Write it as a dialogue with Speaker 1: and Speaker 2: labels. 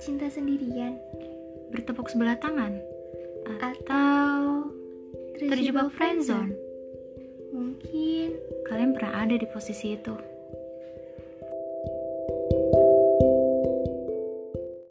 Speaker 1: cinta sendirian,
Speaker 2: bertepuk sebelah tangan,
Speaker 1: atau
Speaker 2: terjebak friendzone.
Speaker 1: Mungkin
Speaker 2: Kalian pernah ada di posisi itu.